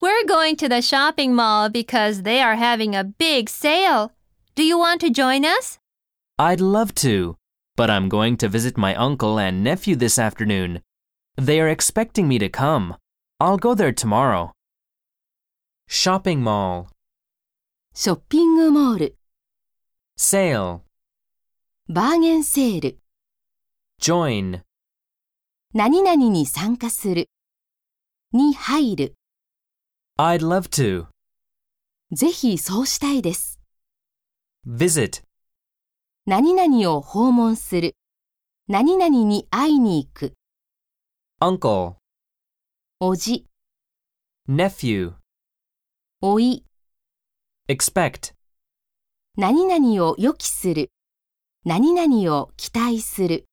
We're going to the shopping mall because they are having a big sale. Do you want to join us? I'd love to, but I'm going to visit my uncle and nephew this afternoon. They are expecting me to come. I'll go there tomorrow. Shopping mall, ショッピングモール、 sale, バーゲンセール、 join, 何々に参加する、に入る、 I'd love to, ぜひそうしたいです。 visit, 何々を訪問する、何々に会いに行く、 uncle, おじ、 nephew, おい、 expect, 何々を予期する、何々を期待する。